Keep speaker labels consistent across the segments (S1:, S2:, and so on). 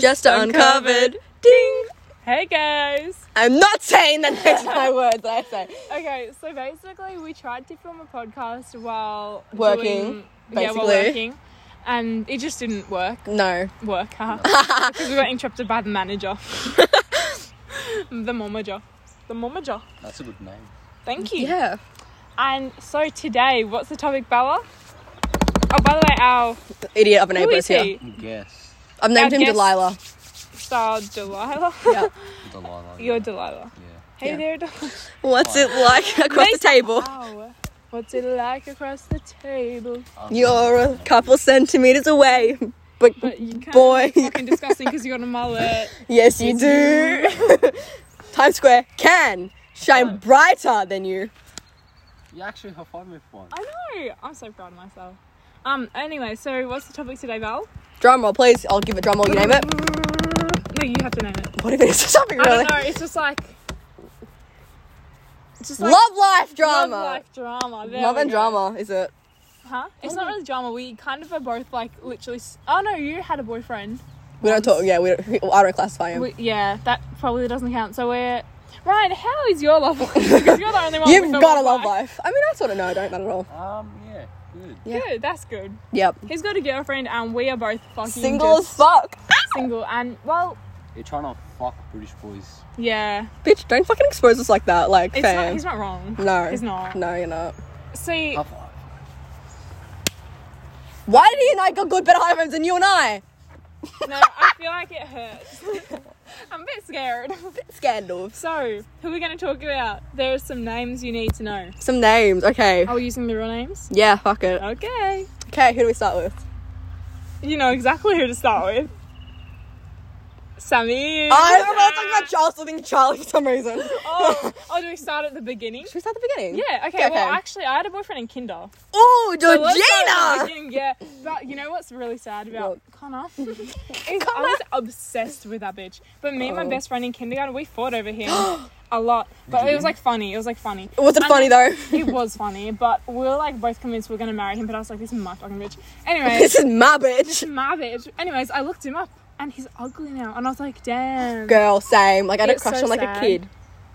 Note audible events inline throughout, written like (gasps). S1: Just uncovered. Ding.
S2: Hey guys!
S1: I'm not saying that next (laughs) my words. I say
S2: Okay, so basically, we tried to film a podcast while
S1: Working,
S2: doing- yeah, while
S1: basically.
S2: working, and it just didn't work.
S1: no.
S2: Work,
S1: (laughs)
S2: huh? because we got interrupted by the manager, the momager, the momager.
S3: That's a good name.
S2: Thank you.
S1: Yeah.
S2: And so today, what's the topic, Bella? Oh, by the way, our
S1: Idiot of an
S2: who
S1: neighbor
S2: is
S1: here.
S2: he?
S3: Guess.
S1: I've named
S2: Our
S1: him
S2: guest.
S1: Delilah.
S2: (laughs) Star Delilah.
S1: Yeah.
S3: Delilah.
S2: You're Delilah.
S3: Yeah.
S2: Hey
S1: Yeah.
S2: there, Delilah.
S1: What's
S2: (laughs)
S1: it like across the
S2: Nice.
S1: table?
S2: Wow. What's it like across the table?
S1: You're a couple centimeters away. But
S2: But you can't.
S1: Boy. (laughs)
S2: Fucking disgusting because you got a mullet.
S1: yes, you do. (laughs) Times Square can shine brighter than you.
S3: You actually have fun with one.
S2: (laughs) I know. I'm so proud of myself. Um. Anyway, so what's the topic today, Val?
S1: Drum roll, please. I'll give it drum roll. You name it. (laughs)
S2: No, you have to name it.
S1: What if it is (laughs) something
S2: I
S1: really?
S2: don't know. It's just like. It's just like
S1: Love life
S2: love
S1: drama.
S2: life drama. There
S1: Love
S2: we
S1: and
S2: go.
S1: drama, is it?
S2: Huh? It's not really drama. We kind of are both like literally. s- Oh no, you had a boyfriend.
S1: We don't talk. Yeah, we don't. we- I don't classify him.
S2: We, yeah, that probably doesn't count. So we're. Ryan, how is your love
S1: (laughs)
S2: life? Because you're the only one.
S1: You've
S2: with a
S1: got a love life. I mean, I sort of know. I don't. Not at all.
S3: Um, yeah, good.
S1: Yeah.
S2: Good, that's good.
S1: Yep.
S2: He's got a girlfriend, and we are both fucking
S1: Single as
S2: just
S1: fuck.
S2: Single, and well,
S3: You're trying to fuck British boys.
S2: yeah.
S1: Bitch, don't fucking expose us like that. Like,
S2: It's not,
S1: fam.
S2: he's not wrong.
S1: no.
S2: he's not.
S1: No, you're not. (laughs)
S2: See,
S3: High five.
S1: Why did he and I got good, better high fives than you and I?
S2: no, I feel like it hurts. (laughs) I'm a bit scared. (laughs)
S1: Scandals.
S2: So, who are we going to talk about? There are some names you need to know.
S1: Some names. Okay.
S2: Are we using the real names?
S1: Yeah, fuck it.
S2: Okay.
S1: Okay, who do we start with?
S2: You know exactly who to start with. Sammy.
S1: I don't want to talk about Charles. I think Charlie for some reason.
S2: (laughs) Oh, oh, do we start at the
S1: (laughs)
S2: beginning?
S1: Should we start at the beginning?
S2: Yeah, okay.
S1: Okay,
S2: Well,
S1: okay.
S2: actually, I had a boyfriend in kinder.
S1: Oh,
S2: So let's start at the
S1: Georgina.
S2: beginning, yeah, but you know what's really sad about
S1: What? (laughs)
S2: Connor? is I was obsessed with that bitch. But me and my
S1: Oh.
S2: best friend in kindergarten, we fought over
S1: (gasps)
S2: him a lot. But it was like funny. It was like funny.
S1: Was it
S2: And
S1: funny though?
S2: (laughs)
S1: (laughs)
S2: It was funny, but we were like both convinced we were gonna marry him. But I was like, this is my fucking bitch. Anyway,
S1: (laughs) This is my
S2: this
S1: bitch.
S2: is my bitch. Anyways, I looked him up, and he's ugly now, and I was like, damn.
S1: Girl, same. Like I had a
S2: It's
S1: crush
S2: so
S1: on like a
S2: sad.
S1: kid,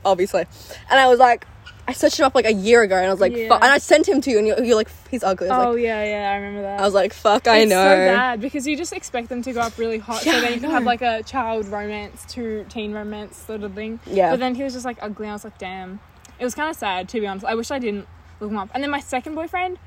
S1: obviously. And I was like, I searched him up like a year ago, and I was like,
S2: Yeah.
S1: fuck. And I sent him to you, and you're, you're like, he's ugly. I was
S2: Oh
S1: like,
S2: yeah, yeah, I remember that.
S1: I was like, fuck, I
S2: Oh, it's
S1: know.
S2: so bad because you just expect them to grow up really hot,
S1: Yeah,
S2: so then
S1: I
S2: you can
S1: know.
S2: have like a child romance to teen romance sort of thing.
S1: Yeah.
S2: But then he was just like ugly, and I was like, damn. It was kind of sad to be honest. I wish I didn't look him up. And then my second boyfriend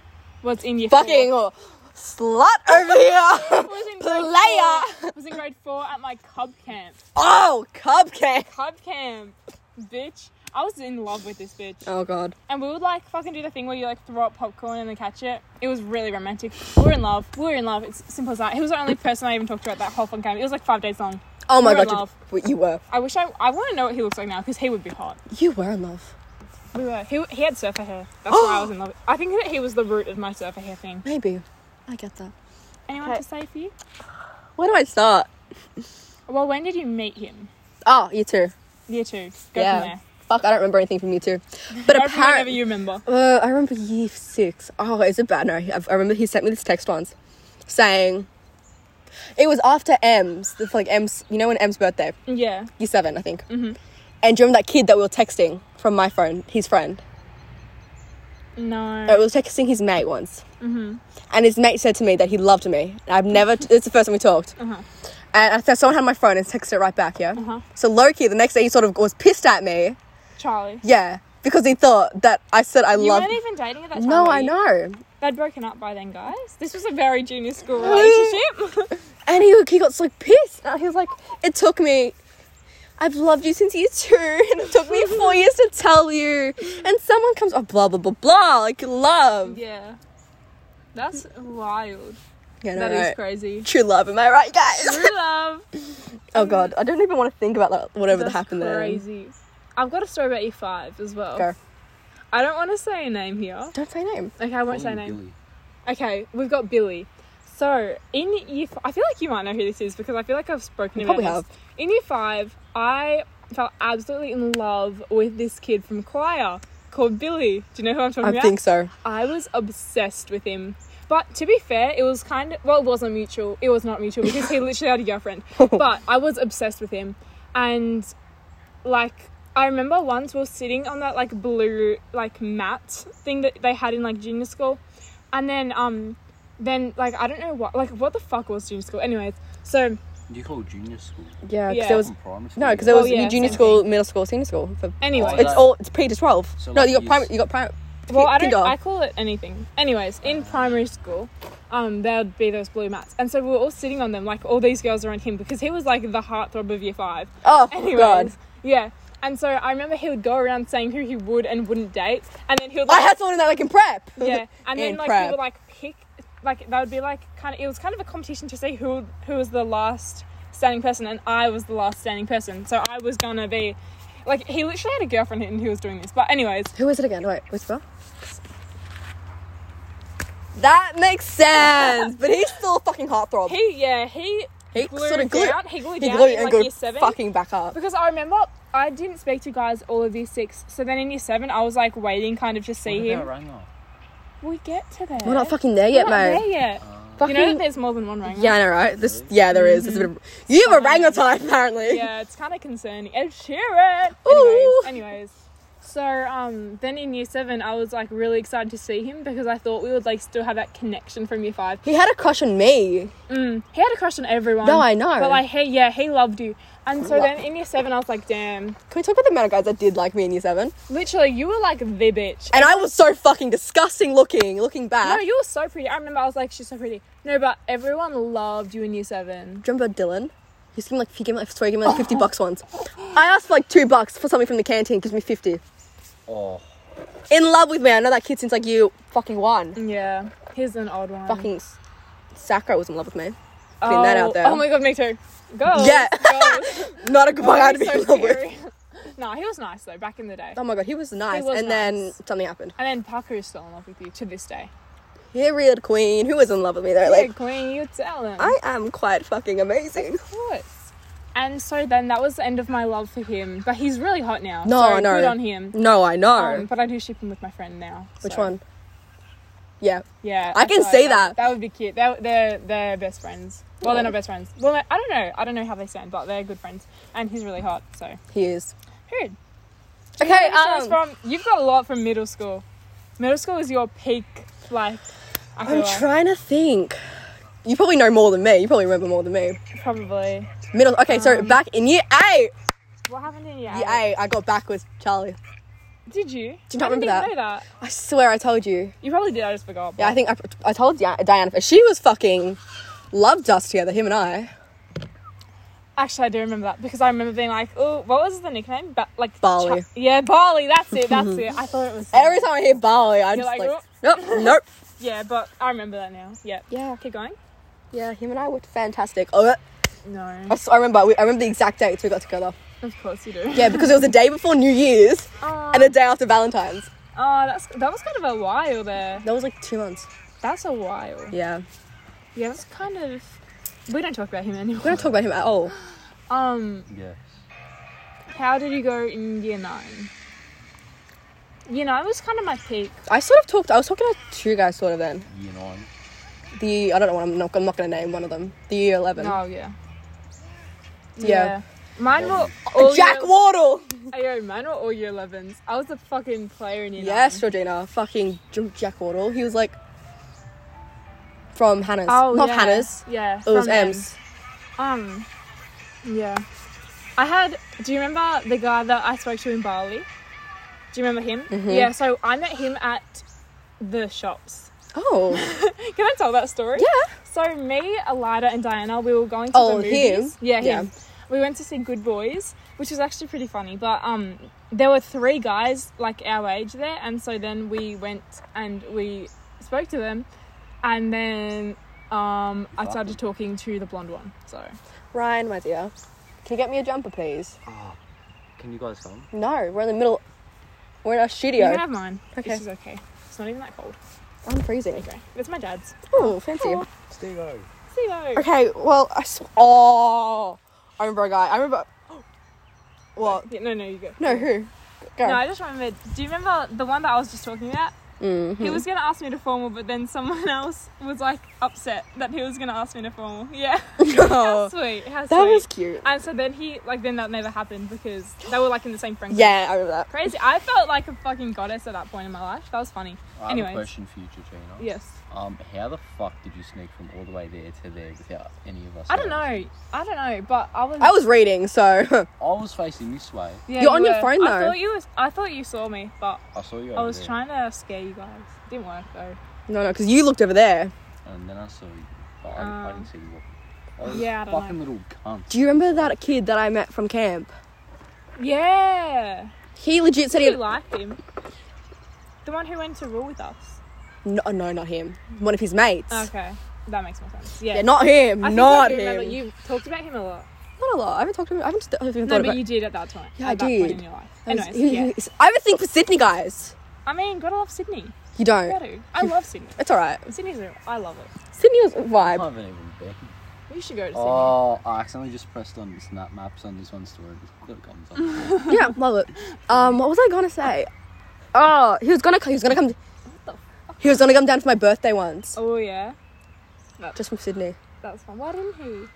S2: was in year
S1: Fucking
S2: four.
S1: slut over here. (laughs)
S2: was in grade
S1: Player.
S2: Four, was in grade four at my cub camp.
S1: Oh, cupcake.
S2: Cub camp, bitch. I was in love with this bitch.
S1: Oh god.
S2: And we would like fucking do the thing where you like throw up popcorn and then catch it. It was really romantic. We were in love. We were in love. It's simple as that. He was the only person I even talked to at that whole fun camp. It was like five days long.
S1: Oh my
S2: You're in
S1: god.
S2: love.
S1: You, you were.
S2: I wish I I want to know what he looks like now because he would be hot.
S1: You were in love.
S2: We were. He, he had surfer hair. That's why I was in (gasps) love. I think that he was the root of my surfer hair thing.
S1: Maybe. I get that.
S2: Anyone
S1: Okay.
S2: to say for you?
S1: Where do I start?
S2: Well, when did you meet him?
S1: Oh, you too.
S2: Year two. Go
S1: Yeah.
S2: from there.
S1: Fuck, I don't remember anything from you two.
S2: (laughs) Go
S1: But
S2: from whenever
S1: apparently,
S2: you remember.
S1: Uh, I remember year six. Oh, is it bad? No, I, I remember he sent me this text once saying it was after M's, the, like M's, you know, when M's birthday,
S2: Yeah.
S1: year seven, I think. Mm-hmm. And do you remember that kid that we were texting from my phone, his friend?
S2: No. Oh.
S1: Uh, We were texting his mate once. Mm-hmm. And his mate said to me that he loved me. And I've never, it's the first time we talked.
S2: Uh-huh.
S1: And I said, someone had my phone and texted it right back, yeah?
S2: Uh-huh.
S1: So Loki, the next day, he sort of was pissed at me,
S2: Charlie.
S1: yeah, because he thought that I said I
S2: You
S1: love.
S2: weren't even dating at that time.
S1: No,
S2: were
S1: I
S2: you?
S1: know.
S2: They'd broken up by then, guys. This was a very junior (laughs) school relationship. (laughs)
S1: And he, he got so like, pissed. And he was like, it took me, I've loved you since year two, (laughs) and it took me four years to tell you. And someone comes, oh, blah, blah, blah, blah, like love.
S2: yeah. That's wild.
S1: Yeah, no,
S2: That is
S1: no.
S2: (laughs) crazy.
S1: True love, am I right, guys?
S2: True love.
S1: oh, God. I don't even want to think about that, whatever that
S2: That's
S1: happened
S2: crazy. Oh. I've got a story about year five as well.
S1: there. Go.
S2: I don't want to say a name here.
S1: Don't say name.
S2: Okay, I won't
S3: Call
S2: say
S3: him
S2: name.
S3: Billy.
S2: Okay, we've got Billy. So in year, f- I feel like you might know who this is because I feel like I've spoken
S1: You
S2: about
S1: probably
S2: this. In year five, I fell absolutely in love with this kid from choir called Billy. Do you know who I'm talking
S1: I
S2: about?
S1: think so.
S2: I was obsessed with him. But to be fair, it was kind of well, it wasn't mutual. It was not mutual because he literally had a girlfriend. But I was obsessed with him, and like I remember once we were sitting on that like blue like mat thing that they had in like junior school, and then um, then like I don't know what like what the fuck was junior school. Anyways, so
S3: You call it junior school?
S1: Yeah, because
S2: Yeah.
S1: there was
S3: Fucking primary school.
S1: no, because
S2: it
S1: there was
S2: Oh, yeah,
S1: junior
S2: same
S1: school, middle school, senior school. For,
S2: anyway,
S1: it's
S3: like-
S1: all it's P to twelve.
S3: So,
S1: no,
S3: like,
S1: you got
S3: you
S1: primary.
S3: s-
S1: You got primary.
S2: Well, I don't. I call it anything. Anyways, in primary school, um, there'd be those blue mats, and so we were all sitting on them, like all these girls around him, because he was like the heartthrob of year five.
S1: oh
S2: Anyways,
S1: god,
S2: yeah. And so I remember he would go around saying who he would and wouldn't date, and then he would. Like,
S1: I had someone that I can prep. (laughs)
S2: yeah, and then
S1: in
S2: like
S1: prep.
S2: he would like pick, like that would be like kind of it was kind of a competition to see who who was the last standing person, and I was the last standing person, so I was gonna be. Like he literally had a girlfriend and he was doing this, but anyways,
S1: Who is it again? Wait, whisper. That makes sense, but he's still a fucking heartthrob.
S2: he yeah he
S1: He
S2: glued
S1: sort of glued-
S2: down. He glued
S1: he
S2: down
S1: glued
S2: in
S1: and
S2: like
S1: glued
S2: year seven.
S1: fucking back up.
S2: Because I remember I didn't speak to guys all of year six. So then in year seven, I was like waiting, kind of just
S3: What
S2: see
S3: about
S2: him.
S3: Rango?
S2: We get to that.
S1: We're not fucking there
S2: We're
S1: yet,
S2: not
S1: mate.
S2: there yet. You
S1: Fucking
S2: know that there's more than one ring.
S1: yeah, I know, right? This yeah, there is. There's a
S2: (laughs)
S1: bit of, you have a wrangle time apparently.
S2: Yeah, it's kind of concerning. Ed Sheeran.
S1: Ooh.
S2: Anyways, anyways, so um, then in year seven, I was like really excited to see him because I thought we would like still have that connection from year five.
S1: He had a crush on me.
S2: Mm, he had a crush on everyone.
S1: No, I know.
S2: But like, hey, yeah, he loved you. And so
S1: Lo-
S2: then in year seven, I was like, damn,
S1: Can we talk about the amount of guys that did like me in year seven?
S2: literally, you were like the bitch.
S1: And I was so fucking disgusting looking, looking
S2: No,
S1: back.
S2: you were so pretty. I remember I was like, she's so pretty. No, but everyone loved you in year seven.
S1: Do you remember Dylan? He just gave me like he gave me like, sorry, he gave (laughs) me like fifty bucks once. I asked for like two bucks for something from the canteen. Gives me fifty.
S3: Oh,
S1: In love with me. I know that kid since like you fucking one.
S2: Yeah, here's an odd one.
S1: Fucking S- Sakura was in love with me.
S2: oh,
S1: clean that out there.
S2: Oh my god, me too. Go.
S1: Yeah. (laughs)
S2: Go.
S1: Not a good guy to be in
S2: so
S1: love with.
S2: scary. (laughs) Nah, he was nice though back in the day.
S1: Oh my god, he was nice.
S2: was
S1: and then
S2: nice.
S1: something happened.
S2: And then Parker is still in love with you to this day.
S1: Period, queen. Who was in love with me though?
S2: Like,
S1: Like,
S2: yeah, Queen, you tell him.
S1: I am quite fucking amazing.
S2: Of course. And so then that was the end of my love for him. But he's really hot now.
S1: No,
S2: so
S1: no.
S2: Good on him.
S1: (laughs) No, I know.
S2: Um, but I do ship him with my friend now.
S1: Which
S2: so,
S1: one? Yeah.
S2: Yeah,
S1: I can
S2: feel like
S1: see that.
S2: That would be cute. They're they're, they're best friends. Well,
S1: Yeah.
S2: they're not best friends. Well, I- I don't know. I don't know how they stand, but they're good friends. And he's really hot. So
S1: He is.
S2: period.
S1: Okay,
S2: Show us
S1: um,
S2: from you've got a lot from middle school. Middle school is your peak. Like I feel
S1: I'm
S2: like.
S1: trying to think. You probably know more than me. You probably remember more than me.
S2: probably.
S1: Middle. Okay, so
S2: Um,
S1: back in year eight.
S2: What happened in year?
S1: Year
S2: eight?
S1: eight, I got back with Charlie.
S2: Did you?
S1: Do you not
S2: I didn't
S1: remember
S2: even know that?
S1: I swear I told you.
S2: You probably did. I just forgot.
S1: Yeah, I
S2: but-
S1: think I, I told Dia- Diana. She was fucking loved us together, him and I.
S2: Actually, I do remember that because I remember being like, "Oh, what was the nickname?" But like
S1: Bali.
S2: Cha- yeah, Bali. That's it.
S1: (laughs)
S2: That's it. I thought it was.
S1: Every time I hear Bali, I'm
S2: You're
S1: just like,
S2: like,
S1: nope, nope.
S2: Yeah, but I remember that now. Yeah.
S1: Yeah,
S2: Keep going.
S1: yeah, him and I were fantastic. Oh,
S2: No.
S1: I, s- I remember, we, I remember the exact dates we got together.
S2: Of course you do.
S1: Yeah, because it was the day before New Year's
S2: Aw.
S1: and the day after Valentine's.
S2: Oh, that's that was kind of a while there.
S1: That was like two months.
S2: That's a while.
S1: Yeah,
S2: Yeah, that's kind of. We don't talk about him
S1: we
S2: anymore.
S1: don't talk about him at all.
S2: Um,
S3: yes.
S2: how did you go in year nine? Year nine was kind of my peak.
S1: I sort of talked. I was talking to two guys sort of then.
S3: Year nine.
S1: The I don't know what I'm not. I'm not gonna name one of them. The year eleven.
S2: Oh yeah.
S1: Yeah.
S2: Mine were
S3: Um,
S2: all
S1: Jack
S2: year,
S1: Wardle.
S2: Ayo, mine were all year 11s. I was a fucking player in year
S1: Yes,
S2: nine.
S1: Georgina. Fucking J- Jack Wardle. He was like from Hannah's.
S2: Oh,
S1: not
S2: yeah.
S1: Hannah's.
S2: Yeah.
S1: It was
S2: from them.
S1: M's.
S2: Um, yeah. I had. Do you remember the guy that I spoke to in Bali? Do you remember him?
S1: Mm-hmm.
S2: Yeah. So I met him at the shops. (laughs)
S1: Oh,
S2: Can I tell that story?
S1: yeah.
S2: So me, Elida, and Diana, we were going to
S1: Oh,
S2: the
S1: him?
S2: movies. Yeah,
S1: Yeah.
S2: him. We went to see Good Boys, which was actually pretty funny. But um, there were three guys like our age there, and so then we went and we spoke to them, and then um, I started talking to the blonde one. So
S1: Ryan, my dear, can you get me a jumper, please?
S3: Ah, can you guys come?
S1: No, we're in the middle. We're in our
S2: you
S1: studio.
S2: can have mine.
S1: Okay.
S2: This is okay. It's not even that cold.
S1: I'm
S2: There
S1: freezing.
S2: you go. It's my dad's.
S1: Oh, fancy.
S2: Oh.
S3: Steve
S2: See you. though.
S1: (gasps) Okay, well, I sw- oh, I remember a guy. I remember. (gasps) What?
S2: Yeah, no, no, you go.
S1: No, who? Go.
S2: No, I just remembered. Do you remember the one that I was just talking about?
S1: Mm. Hmm.
S2: He was gonna ask me to formal, but then someone (laughs) else was like upset that he was gonna ask me to formal. Yeah, (laughs) how
S1: No.
S2: sweet. How sweet.
S1: Oh. That was cute.
S2: and so then he like then that never happened because they were like in the same friend group.
S1: Yeah, I remember that.
S2: Crazy. I felt like a fucking goddess at that point in my life. That was funny.
S3: I have
S2: Anyways.
S3: a question for you, Georgina.
S2: Yes.
S3: Um, how the fuck did you sneak from all the way there to there without any of us?
S2: I don't know.
S3: noticing?
S2: I don't know, but I was.
S1: I was reading, so (laughs)
S3: I was facing this way.
S2: Yeah,
S1: You're on your
S2: were.
S1: phone,
S2: I
S1: though.
S2: thought you was. I thought you saw me, but
S3: I saw you.
S2: I
S3: over
S2: was
S3: there,
S2: trying to scare you guys. Didn't work though.
S1: no, no, because you looked over there.
S3: and then I saw you. But I, I
S2: Um,
S3: didn't see you. walking. I was
S2: yeah, I
S3: a
S2: don't
S3: fucking little cunt.
S1: Do you remember that kid that I met from camp?
S2: Yeah.
S1: He legit said
S2: Did
S1: he.
S2: you like him? The one who went to rule with us.
S1: No, no, not him. One of his mates.
S2: Okay, that makes more sense. Yeah.
S1: Yeah, not him.
S2: I think
S1: not
S2: I do
S1: him.
S2: remember you talked about him a lot.
S1: Not a lot. I haven't talked to him. I haven't, I haven't
S2: No,
S1: thought
S2: but
S1: about
S2: you did at that time.
S1: Yeah,
S2: at
S1: I
S2: that Point
S1: did.
S2: in your life.
S1: I was-
S2: Anyways,
S1: he- (laughs)
S2: yeah.
S1: he's- I have a thing for Sydney guys.
S2: I mean, gotta love Sydney.
S1: You don't.
S2: Gotta. I love Sydney.
S1: It's alright.
S2: Sydney's. A, I love it.
S1: Sydney was a
S3: I
S1: vibe.
S3: haven't even been.
S2: You should go to Sydney.
S3: Oh, I accidentally just pressed on snap maps on this one story. Look, I'm (laughs) done.
S1: yeah, love it. Um, what was I gonna say? Oh, he was gonna he was gonna come.
S2: the fuck?
S1: He was gonna come down for my birthday once,
S2: Oh yeah. That,
S1: just from Sydney.
S2: that's fun. Why didn't he?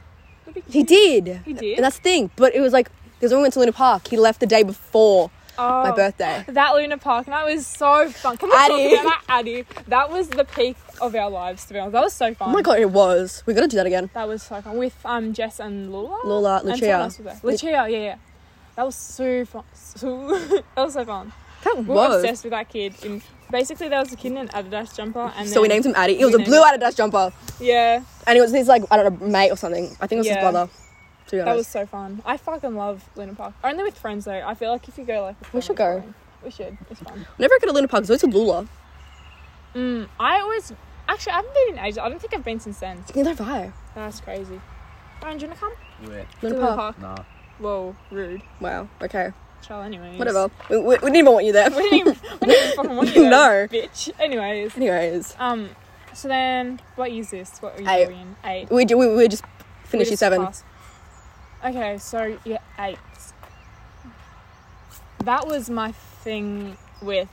S2: That'd be
S1: He
S2: cute.
S1: did.
S2: He did?
S1: And that's the thing. But it was like because when we went to Luna Park, he left the day before
S2: Oh.
S1: my birthday.
S2: (laughs) That Luna Park night was so fun. Can we
S1: Addie.
S2: talk about that, Addie? That was the peak of our lives, to be honest. That was so fun.
S1: Oh my god, it was. We gotta do that again.
S2: That was so fun with um Jess and Lola.
S1: Lola,
S2: And someone
S1: Lucia.
S2: else was there. Lucia, yeah, yeah. That was so fun. (laughs) So that was so fun.
S1: That
S2: We were
S1: was.
S2: obsessed with that kid. And basically, there was a kid in an Adidas jumper, and
S1: So we
S2: then-
S1: named him Addy. It
S2: we
S1: was a
S2: named
S1: blue
S2: him-
S1: Adidas jumper,
S2: Yeah,
S1: and it was his like I don't know mate or something. I think it was his
S2: Yeah.
S1: brother. To be
S2: that was
S1: honest.
S2: so fun. I fucking love Luna Park. Only with friends though. I feel like if you go like with
S1: We
S2: friends,
S1: should go.
S2: it's fine. We should. It's fun.
S1: Whenever I go to Luna Park, it's always with Lula.
S2: Mm, I always actually I haven't been in ages. I don't think I've been since then.
S1: Neither have I.
S2: That's crazy. Ryan, do you wanna come?
S3: Where?
S1: Luna
S2: To Luna
S1: Park.
S3: Nah.
S2: Whoa, rude.
S1: Wow. Okay.
S2: Chill, anyways.
S1: Whatever. We, we, we didn't even want you there.
S2: (laughs) We didn't even, we didn't even fucking want you.
S1: (laughs) No.
S2: there, bitch. Anyways.
S1: (laughs) Anyways,
S2: Um. So then, what is this? What are you
S1: Eight.
S2: doing? Eight.
S1: we do, we, we just finished
S2: We
S1: year
S2: just
S1: seven.
S2: passed. Okay, so yeah, eight. That was my thing with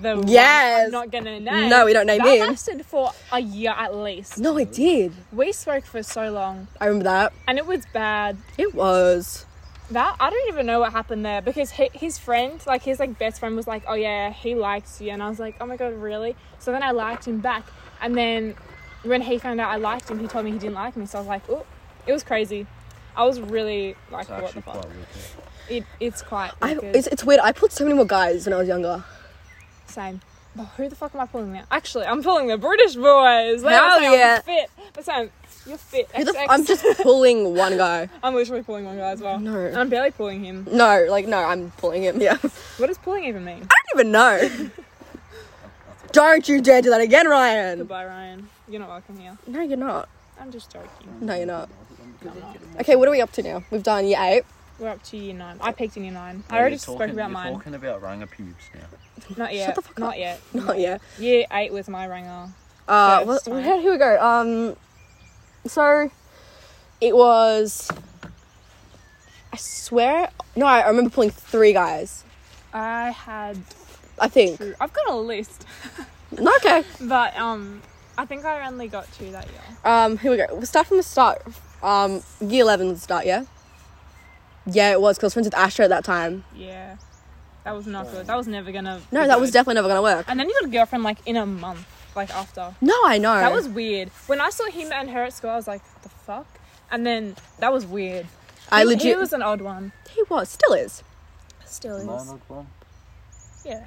S2: the. one
S1: Yes.
S2: I'm not gonna name.
S1: No, we don't name
S2: that
S1: him.
S2: lasted for a year at least.
S1: No, I did.
S2: We spoke for so long,
S1: I remember that.
S2: and it was bad.
S1: It was.
S2: That I don't even know what happened there because he, his friend, like his like best friend, was like, "Oh yeah, he likes you," and I was like, "Oh my god, really?" So then I liked him back, and then when he found out I liked him, he told me he didn't like me. So I was like, "Oh, it was crazy." I was really like,
S3: It's
S2: "What
S3: actually
S2: the
S3: quite
S2: fuck?"
S3: wicked.
S2: It, it's quite
S1: I,
S2: wicked.
S1: it's, it's weird. I pulled so many more guys when I was younger.
S2: same. But who the fuck am I pulling now? Actually, I'm pulling the British boys. They
S1: Hell
S2: all say I'm
S1: yeah.
S2: fit. But Sam, you're fit.
S1: Who the
S2: XX.
S1: f- I'm just pulling
S2: (laughs)
S1: one guy.
S2: I'm literally pulling one guy as well.
S1: No.
S2: and I'm barely pulling him.
S1: No, like no, I'm pulling him. (laughs) Yeah. I
S2: What does pulling even mean?
S1: don't even know. Don't you dare do that again, Ryan.
S2: Goodbye, Ryan. You're not welcome here.
S1: No, you're not.
S2: I'm just joking.
S1: No, you're not.
S2: No, I'm not.
S1: Okay, what are we up to now? We've done year eight. (laughs)
S2: We're up to year nine. I peaked in year nine. I
S3: You're
S2: already
S3: talking-
S2: spoke about
S3: you're
S2: mine.
S3: talking about ranga pubes now.
S2: Not yet.
S1: the fuck
S2: Not
S1: up.
S2: yet.
S1: Not yet.
S2: Year eight was my ringer.
S1: Uh,
S2: Yes,
S1: well,
S2: sorry.
S1: how here we go. Um, so it was. I swear, no, I remember pulling three guys.
S2: I had.
S1: I think.
S2: Two. I've got a list,
S1: No, okay.
S2: but um, I think I only got two that year.
S1: Um, here we go. We'll start from the start. Um, year eleven was the start. Yeah. Yeah, it was because friends with Astra at that time.
S2: Yeah, that was not good. That was never gonna.
S1: No,
S2: be
S1: that was
S2: good.
S1: definitely never gonna work.
S2: And then you got a girlfriend like in a month, like after.
S1: No, I know.
S2: That was weird. When I saw him and her at school, I was like, the fuck. And then that was weird.
S1: I
S2: He- He
S1: legit.
S2: was an odd one.
S1: he was. Still is.
S2: Still is.
S3: Mine not one.
S2: Yeah.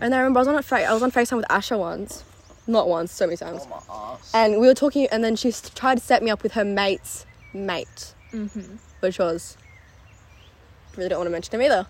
S1: And I remember I was on a fa- I was on Facetime with Asha once, not once, so many times.
S3: Oh my ass.
S1: And we were talking, and then she s- tried to set me up with her mate's mate,
S2: Mhm.
S1: which was really don't want to mention him either.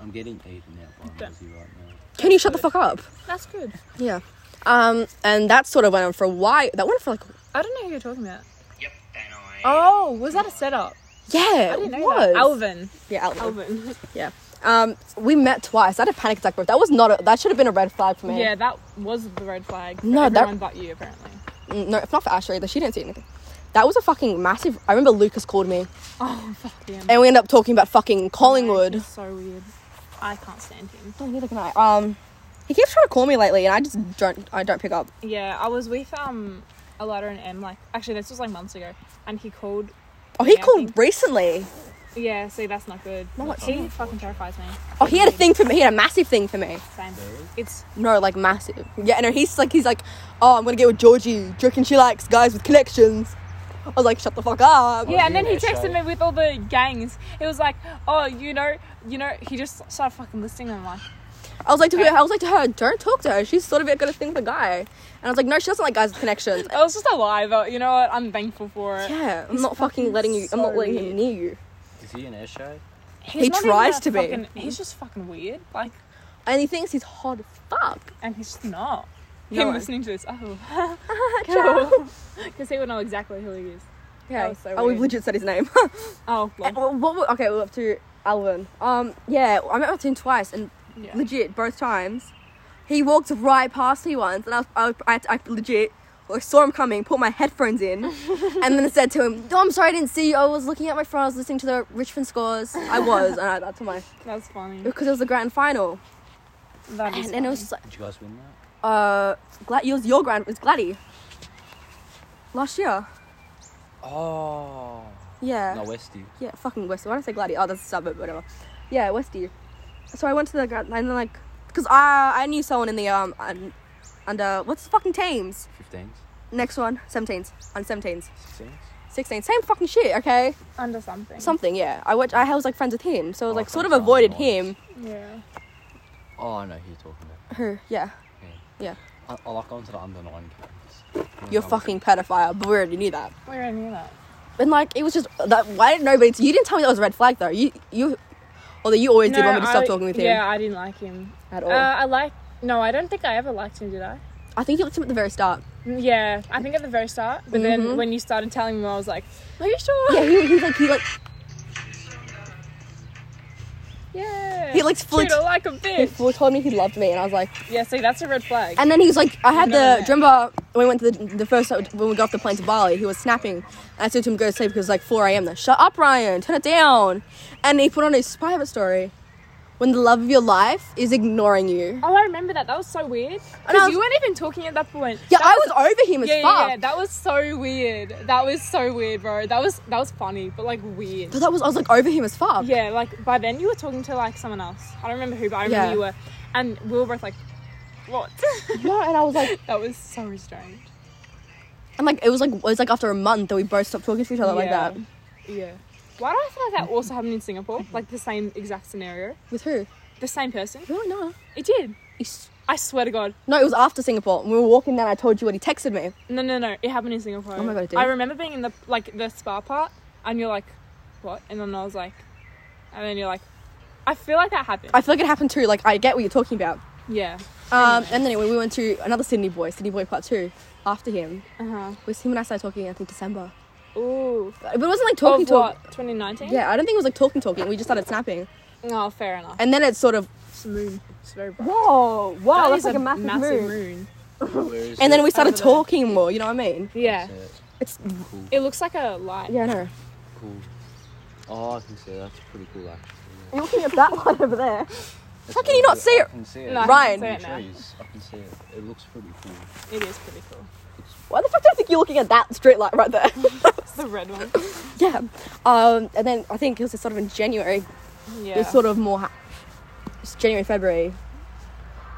S3: I'm getting eaten out by
S2: Don't.
S3: Muzzy right now.
S1: Can you shut the fuck up?
S2: That's good.
S1: Yeah. Um, and that sort of went on for a while. That went on for like
S2: I don't know who you're talking about.
S4: Yep, and I.
S2: Oh, was that a setup?
S1: yeah,
S2: I didn't
S1: it
S2: know
S1: was.
S2: that. Alvin.
S1: Yeah, Alvin.
S2: Alvin.
S1: Yeah. Um, we met twice. I had a panic attack, bro. That was not. A, that should have been a red flag for me.
S2: Yeah, that was the red flag. For
S1: No,
S2: no,
S1: that-
S2: everyone but you apparently.
S1: Mm, No, if not for Ashley, either. She didn't see anything. That was a fucking massive. I remember Lucas called me,
S2: Oh fuck him.
S1: and we ended up talking about fucking Collingwood.
S2: He's so weird. I can't stand him.
S1: Oh, neither can I. Um, He keeps trying to call me lately, and I just don't. I don't pick up.
S2: Yeah, I was with um Alada and M like actually this was like months ago and he called
S1: Oh, he
S2: Yeah, I
S1: called
S2: think-
S1: recently.
S2: yeah, see that's not good.
S1: No, it's
S2: he
S1: not.
S2: fucking terrifies me.
S1: Oh, he had a thing for me. He had a massive thing for me.
S2: Same. It's
S1: No, like massive. Yeah, no, he's like, he's like, oh, I'm gonna get with Georgie. Do you reckon she likes guys with connections? I was like, shut the fuck up.
S2: yeah, and then he
S3: yeah,
S2: texted
S3: sure.
S2: me with all the gangs. It was like, oh, you know, you know. He just started fucking listing them. Like,
S1: I was like to her, I was like to her, don't talk to her. She's sort of got a thing for guy. And I was like, no, she doesn't like guys with connections.
S2: it was just a lie, but you know what? I'm thankful for it.
S1: (laughs) yeah, I'm
S2: He's
S1: not fucking
S2: fucking
S1: letting you. I'm not
S2: so
S1: letting him
S2: weird.
S1: near you.
S3: Is he an Ayrshire?
S2: He's
S1: He
S2: not even
S1: tries
S2: a
S1: to be.
S2: fucking- He's just fucking weird. Like,
S1: And he thinks he's hot as fuck. (laughs)
S2: and he's just not.
S1: No.
S2: Him listening to this.
S1: (laughs)
S2: Oh, (laughs) cool. Because he would know exactly who he is.
S1: Yeah.
S2: was so
S1: oh, we've
S2: weird.
S1: legit said his name.
S2: Oh,
S1: And
S2: well,
S1: Uh, what, what- okay, we're up to Alvin. Um, yeah, I met with him twice, and
S2: yeah.
S1: legit both times. He walked right past me once, and I, was, I, was- I, I legit like, saw him coming, put my
S2: (laughs)
S1: headphones in, and then I said to him, "No, I'm sorry, I didn't see you. I was looking at my phone. I was listening to the Richmond scores. I was, and I, that's my
S2: That's funny.
S1: because it was the grand final,
S2: That is
S1: and then it was just like,
S3: Did you guys win that?
S1: uh, glad yours your grand was Gladdy last year.
S3: Oh.
S1: Yeah,
S3: No, Westie.
S1: yeah, fucking Westie. Why did I say Gladdy? Oh, that's a suburb, whatever. Yeah, Westie. So I went to the grand, and then like, because I I knew someone in the um un- under what's the fucking teams.
S3: 15s?
S1: Next one, 17s. On 17s.
S3: 16s?
S1: 16. Same fucking shit, okay?
S2: under something.
S1: Something, yeah. I went, I was like friends with him, so I was
S3: Oh,
S1: like sort of
S3: sometimes
S1: avoided
S3: not.
S1: him.
S2: Yeah.
S3: Oh, I know who you're talking about.
S1: Her, yeah.
S3: I, I like going to the under nine games.
S1: You're a fucking pedophile, but we already knew that.
S2: We already knew that.
S1: And like, it was just, that, why didn't nobody, you didn't tell me that was a red flag though. You, you, although you always did want me to stop
S2: I-
S1: talking with him Oh.
S2: Yeah, I didn't like him.
S1: at
S2: Uh,
S1: all.
S2: I like. No, I don't think I ever liked him, did I?
S1: I think you looked him at the
S2: (laughs)
S1: very start.
S2: Mm, Yeah, I think at the very start, but
S1: Mhm.
S2: then when you started telling me, I was like, "Are you sure?"
S1: Yeah, he, he's like, he like,
S2: Yeah.
S1: He likes
S2: Treat
S1: flirt-
S2: her like a
S1: he
S2: bitch.
S1: full told me he loved me, and I was like,
S2: Yeah, see, that's a red flag.
S1: and then he was like, I had
S2: No,
S1: the,
S2: no.
S1: do you remember when we went to the, the first, when we got off the plane to Bali, he was snapping. And I said to him, go to sleep because it's like 4 a.m. Then, shut up, Ryan, turn it down. And he put on his private story. When the love of your life is ignoring you.
S2: oh, I remember that. That was so weird.
S1: And I
S2: Because
S1: was-
S2: you weren't even talking at that point.
S1: Yeah,
S2: That
S1: I was over him as
S2: Yeah, yeah,
S1: fuck.
S2: yeah, that was so weird. That was so weird, bro. That was that was funny, but like weird.
S1: But that was, I was like over him as fuck.
S2: Yeah, like by then you were talking to like someone else. I don't remember who, but I remember
S1: Yeah.
S2: you were, and we were both like, "What?" (laughs)
S1: No, and I was like,
S2: that was so strange.
S1: and like, it was like, it was like after a month that we both stopped talking to each other like
S2: Yeah.
S1: that.
S2: Yeah. Why do I feel like that also happened in Singapore? Like the same exact scenario,
S1: With who?
S2: the same person.
S1: No, no.
S2: It did.
S1: He's-
S2: I swear to God.
S1: No, it was after Singapore. When we were walking down, I told you what he texted me.
S2: No, no, no. It happened in Singapore.
S1: Oh my God, it did?
S2: I remember being in the like the spa part, and you're like, "What?" And then I was like, and then you're like, I feel like that happened.
S1: I feel like it happened too. Like, I get what you're talking about.
S2: yeah.
S1: Um, and anyway, we went to another Sydney boy, Sydney boy part two, after him.
S2: Uh
S1: It was him and I started talking, I think, December.
S2: huh. Ooh.
S1: But it wasn't like talking,
S2: oh,
S1: talk.
S2: what? 2019.
S1: Yeah, I don't think it was like talking, talking. We just started snapping.
S2: Oh, fair enough.
S1: And then it's sort of,
S2: It's a moon. It's very bright.
S1: whoa, wow,
S2: That
S1: that's
S2: is
S1: like a, massive, moon.
S3: Where is
S1: And then we
S3: it?
S1: started
S2: Over there.
S1: talking more, you know what I mean?
S2: Yeah.
S3: That's it.
S1: It's,
S3: Cool,
S2: It looks like a light.
S1: yeah, I know.
S3: cool. Oh, I can see that. That's pretty cool, actually.
S1: You're looking at that one over there.
S3: That's
S1: How can you
S3: cool.
S1: not see it?
S3: I can see it.
S2: No, I
S1: Ryan.
S2: can see it now.
S3: Trees. I can see it. It looks pretty cool.
S2: It is pretty cool.
S1: Why the fuck do I think you're looking at that street light right there? (laughs)
S2: The red one.
S1: yeah. Um, and then I think it was sort of in January.
S2: Yeah.
S1: It was sort of more, ha- it's January, February.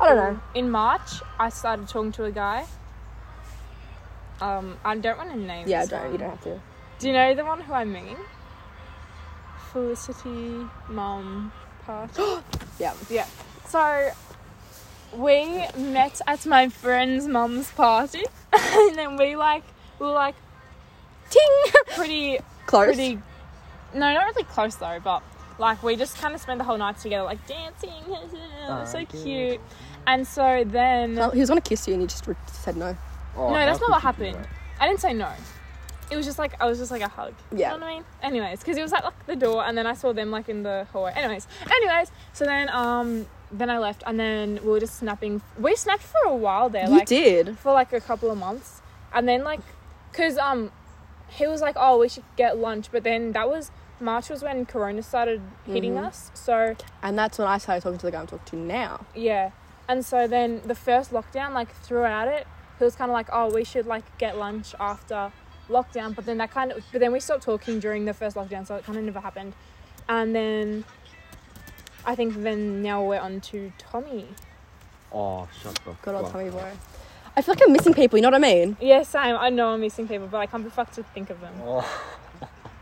S1: I don't know.
S2: In March, I started talking to a guy. Um, I don't want to name.
S1: Yeah,
S2: this
S1: don't,
S2: one.
S1: you don't have to.
S2: Do you know the one who I mean? Felicity, mum, part.
S1: Yeah.
S2: (gasps) yeah. So we met at my friend's mum's party, (laughs) and then we like we were like
S1: Ting!
S2: (laughs) pretty
S1: Close.
S2: pretty no not really close though but like we just kind of spent the whole night together like dancing (laughs) so cute and so then
S1: Well, he was gonna kiss you and you just re- said no.
S3: Oh,
S2: No,
S3: how
S2: that's not
S3: could
S2: what
S3: you do
S2: happened. i didn't say no it was just like i was just like a hug
S1: Yeah.
S2: you know what i mean anyways because it was at like the door and then i saw them like in the hallway anyways anyways so then um then i left and then we were just snapping we snapped for a while there
S1: you
S2: like
S1: did.
S2: for like a couple of months and then like because um he was like oh we should get lunch but then that was march was when
S1: Mm-hmm.
S2: corona started hitting us so
S1: And that's when I started talking to the guy I'm talking to now.
S2: yeah And so then the first lockdown, like throughout it, he was kind of like, oh, we should like get lunch after lockdown. But then that kind of, but then we stopped talking during the first lockdown, so it kind of never happened. And then I think then now we're on to Tommy.
S4: Oh, shut the fuck
S1: Good old
S4: up.
S1: Tommy boy. I feel like I'm missing people. You know what I mean?
S2: Yeah, same. I know I'm missing people, but I can't be fucked to think of them.
S4: Oh,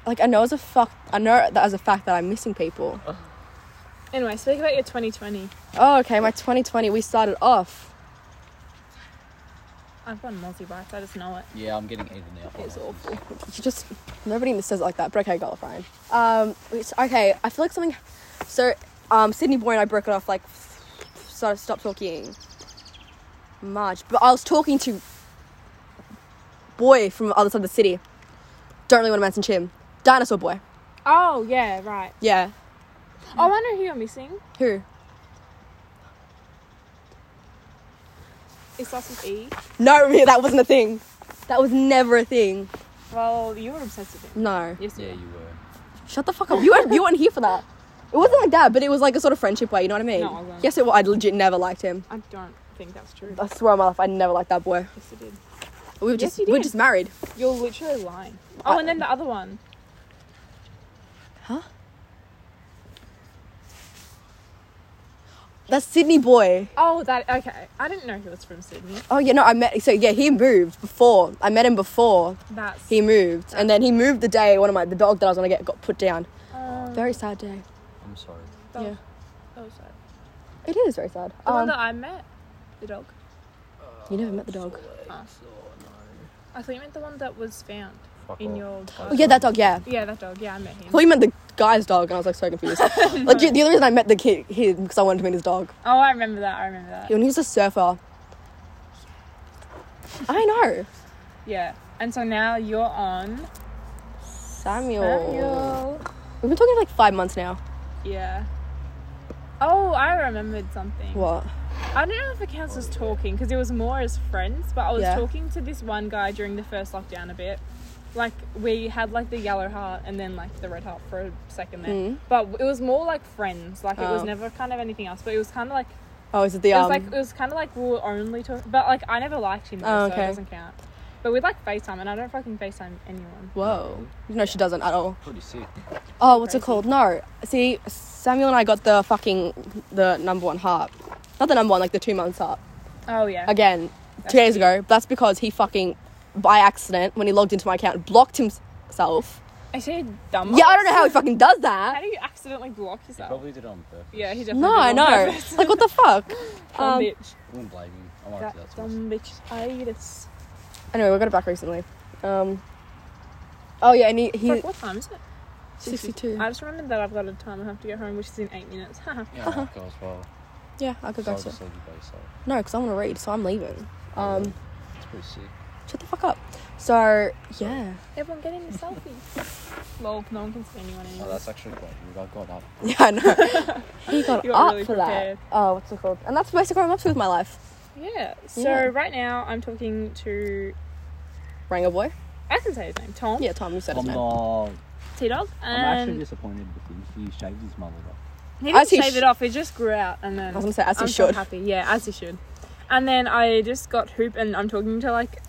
S1: Like I know as a fuck. I know that as a fact that I'm missing people.
S2: Anyway, speak about your 2020.
S1: Oh, okay. My 2020. We started off.
S2: I've got multi bites. I just know it.
S3: Yeah, I'm getting eaten now.
S1: It's awful. You just nobody even says it like that. But okay, go, Ryan. Um, which, okay. I feel like something. So, um, Sydney boy and I broke it off. Like, sort of stopped talking. March, but I was talking to boy from the other side of the city. Don't really want to mention him. Dinosaur boy.
S2: Oh yeah, right. Oh,
S1: Yeah.
S2: I wonder who you're missing.
S1: Who?
S2: It starts with E.
S1: No, (laughs) Mia, that wasn't a thing. That was never a thing.
S2: Well, you were obsessed with him.
S1: No.
S2: Yes,
S3: Yeah,
S2: you.
S3: you were.
S1: Shut the fuck up. You weren't, you weren't here for that. It wasn't like that, but it was like a sort of friendship way, you know what I mean?
S2: No, it wasn't.
S1: Yes, it was. I legit never liked him.
S2: I don't think that's true.
S1: I swear on my life, I never liked that boy.
S2: Yes, you did.
S1: We were
S2: Yes,
S1: just
S2: you
S1: we were
S2: did.
S1: just married.
S2: You're literally lying. Oh, and then the other one.
S1: Huh? That Sydney boy.
S2: Oh, that okay. I didn't know he was from Sydney.
S1: Oh yeah, no, I met. So yeah, he moved before. I met him before
S2: That's
S1: he moved, and then he moved the day one of my the dog that I was gonna get got put down.
S2: um,
S1: Very sad day.
S3: I'm sorry.
S2: that was-
S1: yeah.
S2: that was sad.
S1: It is very sad.
S2: The one
S1: Um,
S2: that I met, the dog.
S1: you never met the dog.
S2: Oh. I thought you meant the one that was found
S4: fuck
S2: in
S4: off.
S2: your.
S1: Oh yeah, that dog. Yeah.
S2: Yeah, that dog. Yeah, I met
S1: I
S2: him.
S1: thought you meant the guy's dog, and I was like so
S2: (laughs)
S1: confused. Legit, the only reason I met the kid him because I wanted to meet his dog.
S2: Oh, I remember that. I remember that.
S1: He was a surfer. I know.
S2: Yeah. And so now you're on.
S1: Samuel.
S2: Samuel.
S1: We've been talking for like five months now.
S2: Yeah. Oh, I remembered something.
S1: What?
S2: I don't know if it counts as talking because it was more as friends, but I was
S1: Yeah.
S2: talking to this one guy during the first lockdown a bit. Like we had like the yellow heart and then like the red heart for a second there,
S1: Mhm.
S2: but it was more like friends. Like it was
S1: Oh.
S2: never kind of anything else, but it was kind of like
S1: Oh, is it the
S2: it was
S1: um?
S2: like it was kind of like we were only talking. But like I never liked him,
S1: Oh,
S2: though, so
S1: okay.
S2: it doesn't count. But we like Facetime, and I don't fucking Facetime anyone.
S1: Whoa. No, she doesn't at all.
S3: Pretty sick.
S1: Oh, what's it
S2: Crazy.
S1: called? No. See, Samuel and I got the fucking the number one harp. Not the number one, like the two months harp.
S2: Oh yeah.
S1: Again,
S2: That's
S1: two days ago. But that's because he fucking by accident when he logged into my account blocked himself.
S2: Is he a dumb?
S1: Yeah, I don't know how he fucking does
S2: (laughs) How
S1: that.
S2: do you accidentally block yourself?
S3: Probably did it on purpose.
S2: Yeah, he definitely.
S1: No, I
S2: did on
S1: know.
S2: purpose.
S1: Like what the
S2: (laughs)
S1: fuck?
S2: Dumb
S1: Um,
S2: bitch.
S3: I wouldn't blame him. I'm alright
S2: That
S3: that's worse.
S2: dumb bitch itis.
S1: Anyway, we got it back recently. Um. Oh yeah, and he, he
S2: Fuck, what time is it?
S1: 62.
S2: I just remembered that I've got a time I have to get home, which is in eight minutes. Haha.
S3: Yeah, uh-huh.
S2: (laughs)
S3: as well.
S1: yeah, I could
S3: So
S1: go
S3: I'll
S1: to.
S3: just leave you by yourself.
S1: No, because I want to read, so I'm leaving.
S2: Mm.
S1: Um,
S3: It's pretty sick.
S1: shut the fuck up. So yeah. (laughs)
S2: Everyone get in the selfie. Lol, no one can see anyone
S3: Oh,
S2: anymore.
S3: that's actually quite rude. I got up.
S1: Yeah,
S2: (laughs)
S1: I know. he got
S2: You got
S1: up
S2: really
S1: for
S2: prepared.
S1: that. Oh, what's it called? And that's basically what I'm up to with my life.
S2: yeah. So
S1: Yeah.
S2: right now I'm talking to
S1: Rang a boy?
S2: I can say his name, Tom.
S1: Yeah, Tom, you said his
S3: I'm
S1: name.
S3: not.
S2: T Dog.
S4: I'm actually
S2: And
S4: disappointed with him. He shaved his mother up.
S2: he didn't
S1: As he
S2: shave
S1: sh-
S2: it off, it just grew out and then
S1: I was gonna say, as he
S2: I'm
S1: should.
S2: so happy, yeah, as he should. And then I just got hoop and I'm talking to like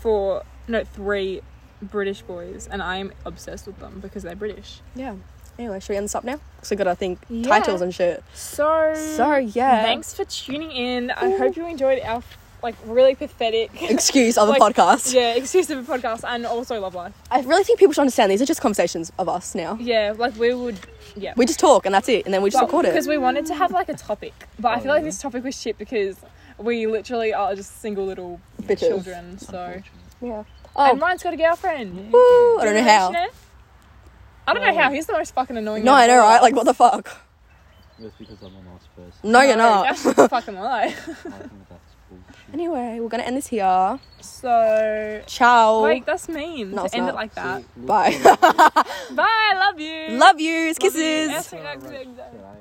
S2: four no, three British boys and I am obsessed with them because they're British.
S1: Yeah. Anyway, should we end this up now? Because we got to think
S2: Yeah.
S1: titles and shit.
S2: So
S1: So, yeah.
S2: Thanks for tuning in. I hope you enjoyed our like really
S1: (laughs)
S2: pathetic
S1: Excuse other
S2: like,
S1: podcast.
S2: Yeah, excuse of a podcast and also love life.
S1: I really think people should understand these are just conversations of us now.
S2: Yeah, like we would. Yeah,
S1: We just talk and that's it, and then we just record
S2: because
S1: it.
S2: we wanted to have like a topic, but I
S3: Oh,
S2: feel like
S3: yeah.
S2: this topic was shit because we literally are just single little
S1: Bitches.
S2: children.
S3: It's
S2: So
S3: unfortunate.
S1: Yeah.
S2: and
S1: Oh,
S2: Ryan's got a girlfriend.
S1: woo, I don't know how. Oh.
S2: Generationaire? I don't know how. He's the most fucking annoying.
S1: No,
S2: man
S1: I
S2: of
S1: know,
S2: all.
S1: right? Like, what the fuck?
S4: That's because I'm a nice person.
S1: No, you're not.
S2: That's
S1: (laughs)
S2: a fucking lie.
S4: I think
S2: (laughs)
S4: that's bullshit.
S1: Anyway, we're going to end this here.
S2: So.
S1: Ciao.
S2: Like that's mean
S1: Oh. No,
S2: to
S1: it's
S2: end
S1: not.
S2: it like that.
S4: See, look
S1: Bye. (laughs)
S4: at
S2: Bye, love you.
S1: Love yous. Kisses.
S2: Yes,
S4: that.
S2: exactly.
S4: Right.